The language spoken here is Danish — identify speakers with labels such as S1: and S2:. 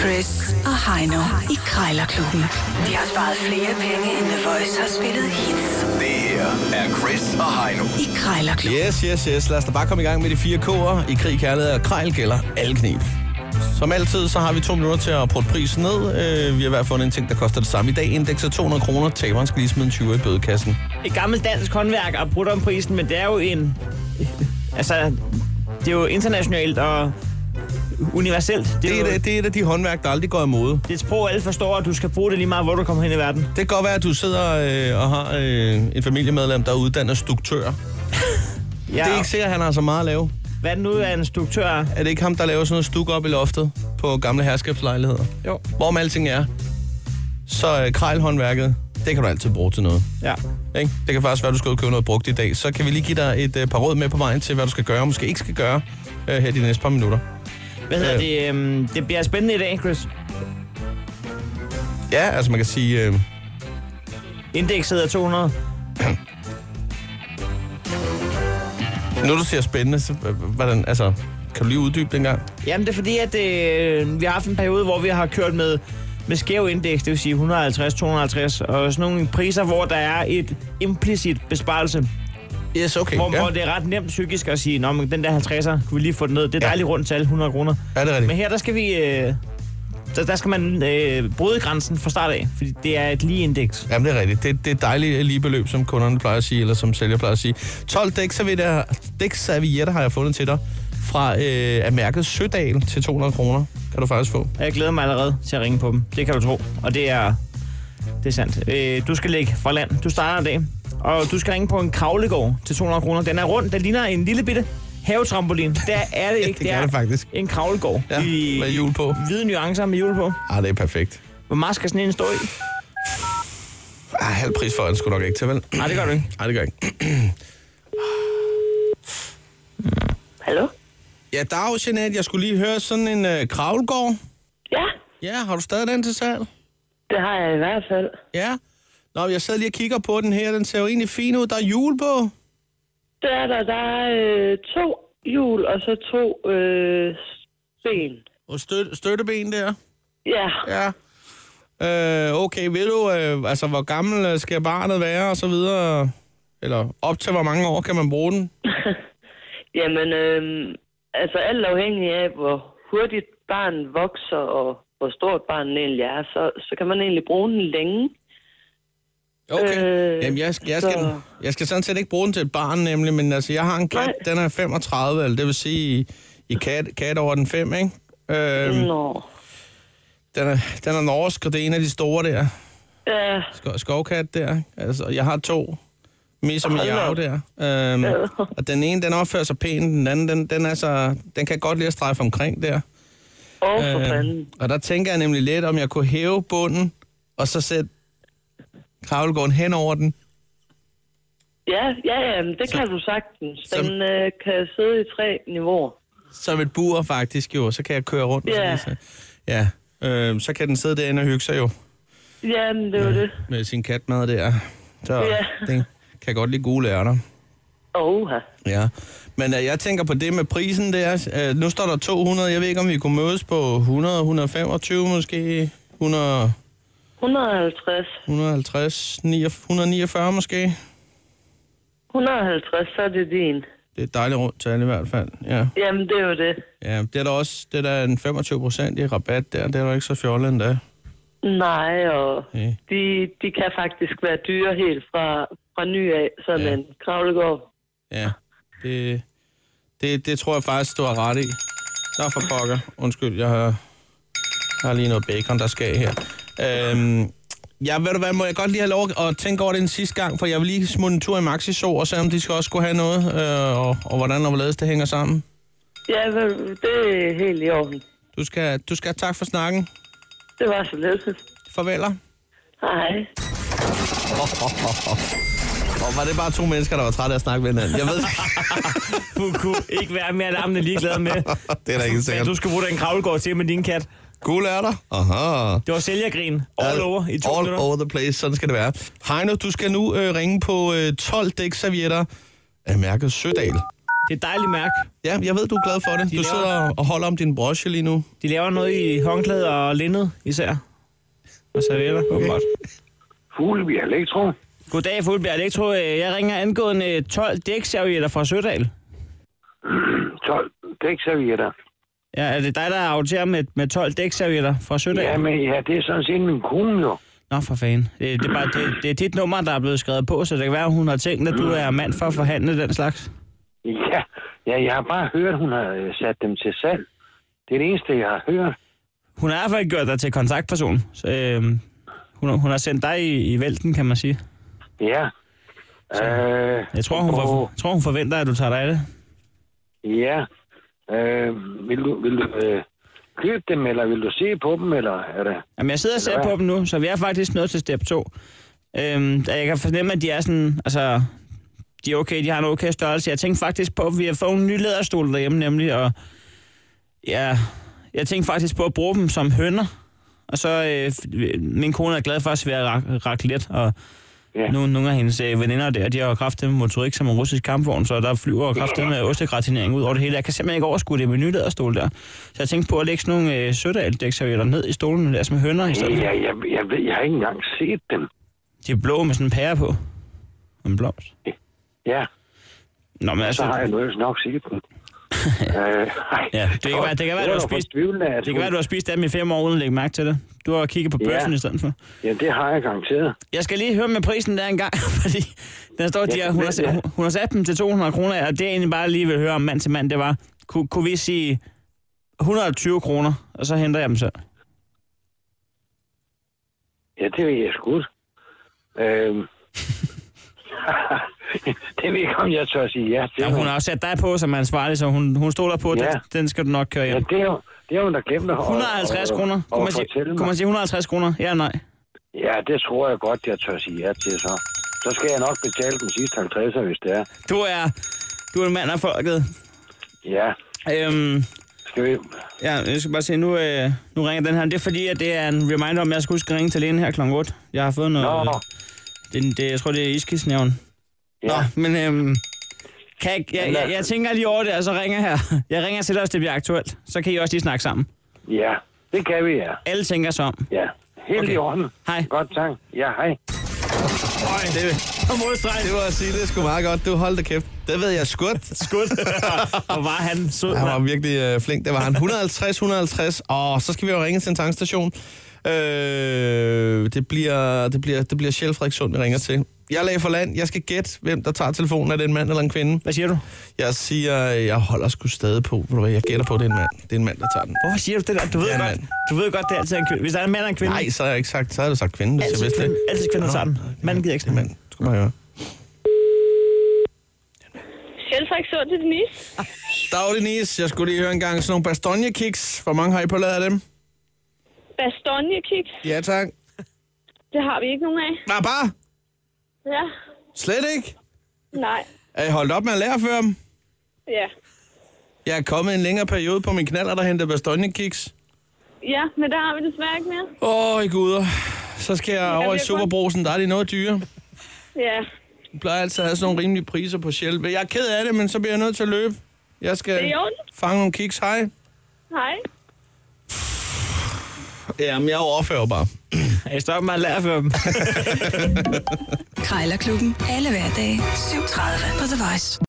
S1: Chris og Heino i Krejlerklubben. De har sparet flere penge, end The Voice har spillet hits
S2: Det her er Chris og Heino.
S1: i Krejlerklubben.
S3: Yes, yes, yes. Lad os da bare komme i gang med de fire K'er. I krig, kærlighed og krejl gælder alle knep. Som altid, så har vi to minutter til at prøve prisen ned. Øh, vi har i hvert fald fundet en ting, der koster det samme i dag. Indeks er 200 kroner. Taberen skal lige smide en 20 i bødekassen.
S4: et gammelt dansk håndværk og brudt om prisen, men det er jo en... Altså, det er jo internationalt og universelt.
S3: Det
S4: jo,
S3: er, et- det er et af de håndværk, der aldrig går imod.
S4: det er et sprog, alle forstår, og du skal bruge det lige meget, hvor du kommer hen i verden.
S3: Det kan godt være, at du sidder øh, og har øh, en familiemedlem, der er uddannet struktør. Ja.
S4: Ja,
S3: Det er ikke sikkert, at han har så meget at lave.
S4: Hvad er den nu er en struktør?
S3: Er det ikke ham, der laver sådan noget stuk op i loftet på gamle herskabslejligheder?
S4: Jo.
S3: Hvorom alting er, så øh, krejlhåndværket, det kan du altid bruge til noget.
S4: Ja.
S3: Ikke? Det kan faktisk være, at du skal ud og købe noget brugt i dag. Så kan vi lige give dig et øh, par råd med på vejen til, hvad du skal gøre og måske ikke skal gøre øh, her de næste par minutter.
S4: Hvad
S3: Øh.
S4: hedder det? Øhm, det bliver spændende i dag, Chris.
S3: Ja, altså man kan sige, øh,
S4: Indeks hedder 200.
S3: nu du siger spændende, så, øh, hvordan, altså, kan du lige uddybe den gang?
S4: Jamen, det er fordi, at øh, vi har haft en periode, hvor vi har kørt med, med skæv indeks, det vil sige 150, 250, og sådan nogle priser, hvor der er et implicit besparelse.
S3: Yes, okay.
S4: Hvor,
S3: ja.
S4: ja. hvor det er ret nemt psykisk at sige, Nå, men den der 50'er, kunne vi lige få den ned. Det er
S3: Ja.
S4: dejligt rundt tal, 100 kroner.
S3: Ja, det er
S4: Men
S3: rigtigt.
S4: her, der skal vi... Øh, der, der skal man øh, bryde grænsen fra start af, fordi det er et lige indeks.
S3: Jamen, det er rigtigt. Det, det er et dejligt lige beløb, som kunderne plejer at sige, eller som sælger plejer at sige. 12 dækservietter, dækservietter har jeg fundet til dig fra øh, af mærket Sødal til 200 kroner. Kan du faktisk få.
S4: Og jeg glæder mig allerede til at ringe på dem. Det kan du tro. Og det er... Det er sandt. Øh, du skal ligge fra land. Du starter i dag. Og du skal ringe på en kravlegård til 200 kroner. Den er rund. Den ligner en lille bitte havetrampolin. Der er det ikke.
S3: det gør det faktisk.
S4: En kravlegård.
S3: Ja, med hjul på.
S4: Hvide nuancer med hjul på.
S3: Ah, det er perfekt.
S4: Hvor meget skal sådan en stå i?
S3: Ah, halv pris for den skulle nok ikke til, vel?
S4: Nej, det gør du ikke.
S3: Nej, det gør jeg ikke.
S5: Hallo?
S3: Ja, dag, Jeanette. Jeg skulle lige høre sådan en øh, kravlgård.
S5: Ja,
S3: Ja, har du stadig den til salg?
S5: det har jeg i hvert fald.
S3: Ja. Nå, jeg sidder lige og kigger på den her. Den ser jo egentlig fin ud. Der er jul på.
S5: Det er der, der er øh, to hjul og så to øh, ben.
S3: Og støt, støtteben der.
S5: Ja,
S3: Ja. Øh, okay, ved du, øh, altså, hvor gammel øh, skal barnet være og så videre? Eller op til, hvor mange år kan man bruge den?
S5: jamen, øh, altså alt afhængig af, hvor hurtigt barn vokser og hvor stort barnet egentlig er, så, så kan man egentlig bruge den længe.
S3: Okay. Øh,
S5: Øh,
S3: Jamen, jeg, jeg, skal,
S5: så-
S3: jeg skal sådan set ikke bruge den til et barn, nemlig, men altså, jeg har en kat,
S5: Nej.
S3: den er 35, eller det vil sige, i, i kat, kat over den 5, ikke? Øh,
S5: Mm. Nå.
S3: Den er, den er norsk, og det er en af de store der.
S5: Ja,
S3: Sko- skovkat der. Altså, jeg har to. Misa
S5: Hold da
S3: Miao
S5: op.
S3: der. Øhm, og den ene, den opfører sig pænt. Den anden, den, den, er så, den kan godt lide at strejfe omkring der. Øhm,
S5: og for
S3: Øh.
S5: fanden.
S3: og der tænker jeg nemlig lidt, om jeg kunne hæve bunden, og så sætte kravlegården hen over den.
S5: Ja, ja, ja, men det kan du sagtens. Den
S3: som-
S5: øh, kan sidde i tre niveauer.
S3: Som et bur faktisk jo. Så kan jeg køre rundt. og så
S5: Ja.
S3: lige så- Ja. Øhm, så kan den sidde derinde og hygge sig jo.
S5: Jamen, det er jo det.
S3: Med sin katmad der. Så
S5: Ja.
S3: den kan godt lide gule ærter.
S5: Oha.
S3: Ja, men øh, jeg tænker på det med prisen der. Øh, nu står der 200. Jeg ved ikke, om vi kunne mødes på 100, 125 måske. 100,
S5: 150.
S3: 150, 49, 149 måske.
S5: 150, så er det din.
S3: Det er et dejligt rundt tal i hvert fald. Ja,
S5: Jamen, det er jo det.
S3: ja det er der også det er der en 25 procent i rabat der. Det er der ikke så fjollet endda.
S5: Nej, og
S3: Ja.
S5: de, de kan faktisk være dyre helt fra, fra ny af, sådan
S3: Ja.
S5: ja. en kravlegård.
S3: Ja, det, det, det tror jeg faktisk, du har ret i. Der for pokker. Undskyld, jeg har, jeg har lige noget bacon, der skal af her. Øhm, ja, ved du hvad, må jeg godt lige have lov at tænke over det en sidste gang, for jeg vil lige smutte en tur i Maxiso, og se om de skal også skulle have noget, øh, og, og hvordan og hvorledes det hænger sammen.
S5: Ja, vel, det er helt i orden.
S3: Du skal, du skal have tak for snakken.
S5: Det var så lidt.
S3: Farveler.
S5: Hej.
S3: Og var det bare to mennesker, der var trætte af at snakke med hinanden? Jeg ved det ikke.
S4: Hun kunne ikke være mere larmende ligeglad med,
S3: det er da ikke
S4: hvad
S3: sikkert.
S4: du skal bruge den kravlegård til med din kat.
S3: Gule er der. Aha.
S4: Det var sælgergrin all
S3: Ja,
S4: over i to
S3: All
S4: minutter.
S3: over the place, sådan skal det være. Heino, du skal nu øh, ringe på øh, 12 dækservietter af mærket Sødal
S4: Det er et dejligt mærke.
S3: Ja, jeg ved, du er glad for det.
S4: De
S3: Du
S4: laver-
S3: sidder og- og holder om din broche lige nu.
S4: De laver noget i håndklæder og lindet især. Og servietter, åbenbart.
S6: Fugleby Elektro.
S4: Goddag, Fuglbjerg Elektro. Øh, Jeg ringer angående øh, 12 dækservietter fra Sødal.
S6: 12 dækservietter.
S4: Ja, er det dig, der aftager med, med 12 dækservietter fra Sødal?
S6: Ja, men ja, det er sådan set min kone jo.
S4: Nå, for fanden. Det, det, er bare, det, det er dit nummer, der er blevet skrevet på, så det kan være, hun har tænkt, at du er mand for at forhandle den slags.
S6: Ja, ja jeg har bare hørt, hun har øh, sat dem til salg. Det er det eneste, jeg har hørt.
S4: Hun har i hvert fald gjort dig til kontaktperson. Så, øhm, hun, har- hun har sendt dig i, i vælten, kan man sige.
S6: Ja. Øh,
S4: Jeg tror, hun,
S6: og-
S4: for, jeg tror, hun forventer, at du tager dig af det.
S6: Ja. Øh, vil du, vil du øh, købe dem, eller vil du se på dem, eller er det...
S4: Jamen, jeg sidder og ser
S6: Eller hvad?
S4: på dem nu, så vi er faktisk nået til step 2. Øhm, da jeg kan fornemme, at de er sådan, altså, de er okay, de har en okay størrelse. Jeg tænkte faktisk på, at vi har fået en ny læderstol derhjemme nemlig, og ja, jeg tænkte faktisk på at bruge dem som hønder. Og så, øh, f- min kone er glad for at svære rak- raclette, og
S6: Ja.
S4: nu, nogle af hendes øh, veninder der, de har jo kraftet med motorik som en russisk kampvogn, så der flyver kraftet med ostegratinering ud over det hele. Jeg kan simpelthen ikke overskue det med nye læderstol der. Så jeg tænkte på at lægge sådan nogle øh, sødaldækservietter ned i stolen der, som hønder i stedet.
S6: Ja, jeg, jeg, ved, jeg har ikke engang set dem.
S4: De er blå med sådan en pære på. Og En blomst.
S6: Ja,
S4: Nå, men altså...
S6: så har jeg nu ellers nok set dem. øh, ej.
S4: Ja, det kan være, det kan være, du
S6: Jeg
S4: har
S6: var
S4: spist...
S6: fortvivlende, at
S4: Det kan
S6: hun-
S4: være, du har spist dem i fem år, uden at lægge mærke til det. Du har kigget på
S6: Ja.
S4: bøffen i stedet for.
S6: Ja, det har jeg garanteret.
S4: Jeg skal lige høre med prisen der engang, fordi der står, at de
S6: Ja,
S4: har, hun, har,
S6: ja.
S4: sat- hun har sat dem til 200 kroner, og det jeg egentlig bare lige vil høre om mand til mand, det var, kunne, kunne vi sige 120 kroner, og så henter jeg dem selv.
S6: Ja, det vil jeg sgu. Øhm. det ved jeg ikke, om jeg tør at sige ja til.
S4: Ja, hun har også sat dig på som ansvarlig, så hun, hun stoler på, at
S6: Ja.
S4: den, den skal du nok køre
S6: Ja,
S4: hjem.
S6: det er, jo- det er hun, der glemt at...
S4: 150
S6: og-
S4: kroner.
S6: Og,
S4: Kunne
S6: og
S4: man, sige,
S6: fortælle
S4: kunne
S6: mig.
S4: man sige 150 kroner? Ja eller nej?
S6: Ja, det tror jeg godt, jeg tør sige ja til så. Så skal jeg nok betale den sidste 50'er, hvis det er.
S4: Du er, du er en mand af folket.
S6: Ja,
S4: Øhm,
S6: skal vi...
S4: ja, jeg skal bare se, nu, øh, nu ringer den her. Det er fordi, at det er en reminder om, at jeg skal huske at ringe til lægen her kl. 8. Jeg har fået
S6: Nå,
S4: noget... Øh, det, det, jeg tror, det er iskisnævn. Ja.
S6: ja.
S4: Nå, men øhm, kan jeg, jeg, jeg, jeg, tænker lige over det, og så ringer jeg. Jeg ringer til dig, hvis det bliver aktuelt. Så kan I også lige snakke sammen.
S6: ja, det kan vi, ja.
S4: Alle tænker sig om.
S6: ja. Helt
S4: Okay.
S6: i orden.
S4: Hej.
S6: Godt, tak. Ja, hej.
S3: Det,
S4: På modstregen.
S3: det var at sige, det er sgu meget godt. Du holdt da kæft. Det ved jeg sgu.
S4: Skud. og var han sød.
S3: Han var
S4: mand.
S3: virkelig øh, flink. Det var han. 150, 150. Og så skal vi jo ringe til en tankstation. Øh, det bliver, det bliver, det bliver Sjæl Frederikssund, vi ringer til. Jeg lagde for land. Jeg skal gætte, hvem der tager telefonen. Er det en mand eller en kvinde?
S4: Hvad siger du?
S3: Jeg siger, jeg holder sgu stadig på. Ved du hvad, jeg gætter på, at det er en mand. Det er en mand, der tager den.
S4: Hvorfor siger du det der? Du ved,
S3: Ja,
S4: godt,
S3: mand.
S4: du ved godt, det er altid en kvinde. Hvis der er en mand og en kvinde,
S3: Nej, så har jeg ikke sagt, så har du sagt kvinde, hvis jeg
S4: altid,
S3: vidste det.
S4: kvinde, altid kvinder altså, tager den. Manden gider ikke
S3: Det er
S4: snakke.
S3: mand. Skal man høre.
S7: Sjælfræk så til Denise.
S3: Dag, Denise. Jeg skulle lige høre en gang sådan nogle bastonjekiks. Hvor mange har I på ladet af dem?
S7: Bastonjekiks,
S3: Ja, tak.
S7: det har vi ikke nogen af.
S3: Nej, bare.
S7: Ja,
S3: Slet ikke.
S7: nej,
S3: Er I holdt op med at lære før dem?
S7: ja.
S3: Jeg er kommet en længere periode på min knaller, der henter bastonjekiks.
S7: Ja, men der har vi desværre ikke mere.
S3: Åh, oh, guder. Så skal jeg over i
S7: det er
S3: Superbrosen. Der er de noget dyre.
S7: Ja,
S3: Jeg plejer altid at have sådan nogle rimelige priser på Shell. Jeg er ked af det, men så bliver jeg nødt til at løbe. Jeg
S7: det er
S3: skal
S7: i orden.
S3: fange nogle kiks. Hej.
S7: Hej.
S3: Jamen, jeg overfører bare.
S4: Jeg stopper med at lære for dem.
S1: Krejlerklubben. Alle hverdage. 7.30 på The Voice.